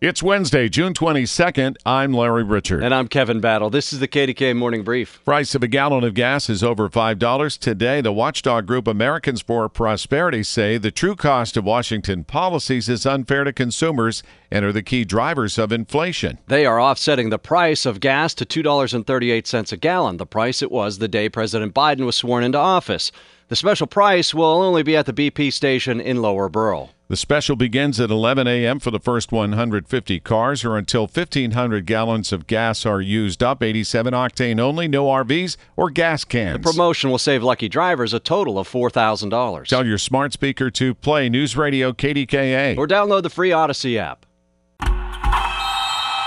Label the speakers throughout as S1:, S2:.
S1: It's Wednesday, June 22nd. I'm Larry Richard.
S2: And I'm Kevin Battle. This is the KDK Morning Brief.
S1: Price of a gallon of gas is over $5 today. The watchdog group Americans for Prosperity say the true cost of Washington policies is unfair to consumers and are the key drivers of inflation.
S2: They are offsetting the price of gas to $2.38 a gallon, the price it was the day President Biden was sworn into office. The special price will only be at the BP station in Lower Burl.
S1: The special begins at 11 a.m. for the first 150 cars or until 1,500 gallons of gas are used up, 87 octane only, no RVs or gas cans.
S2: The promotion will save lucky drivers a total of $4,000.
S1: Tell your smart speaker to play News Radio KDKA
S2: or download the free Odyssey app.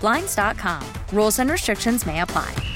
S3: Blinds.com. Rules and restrictions may apply.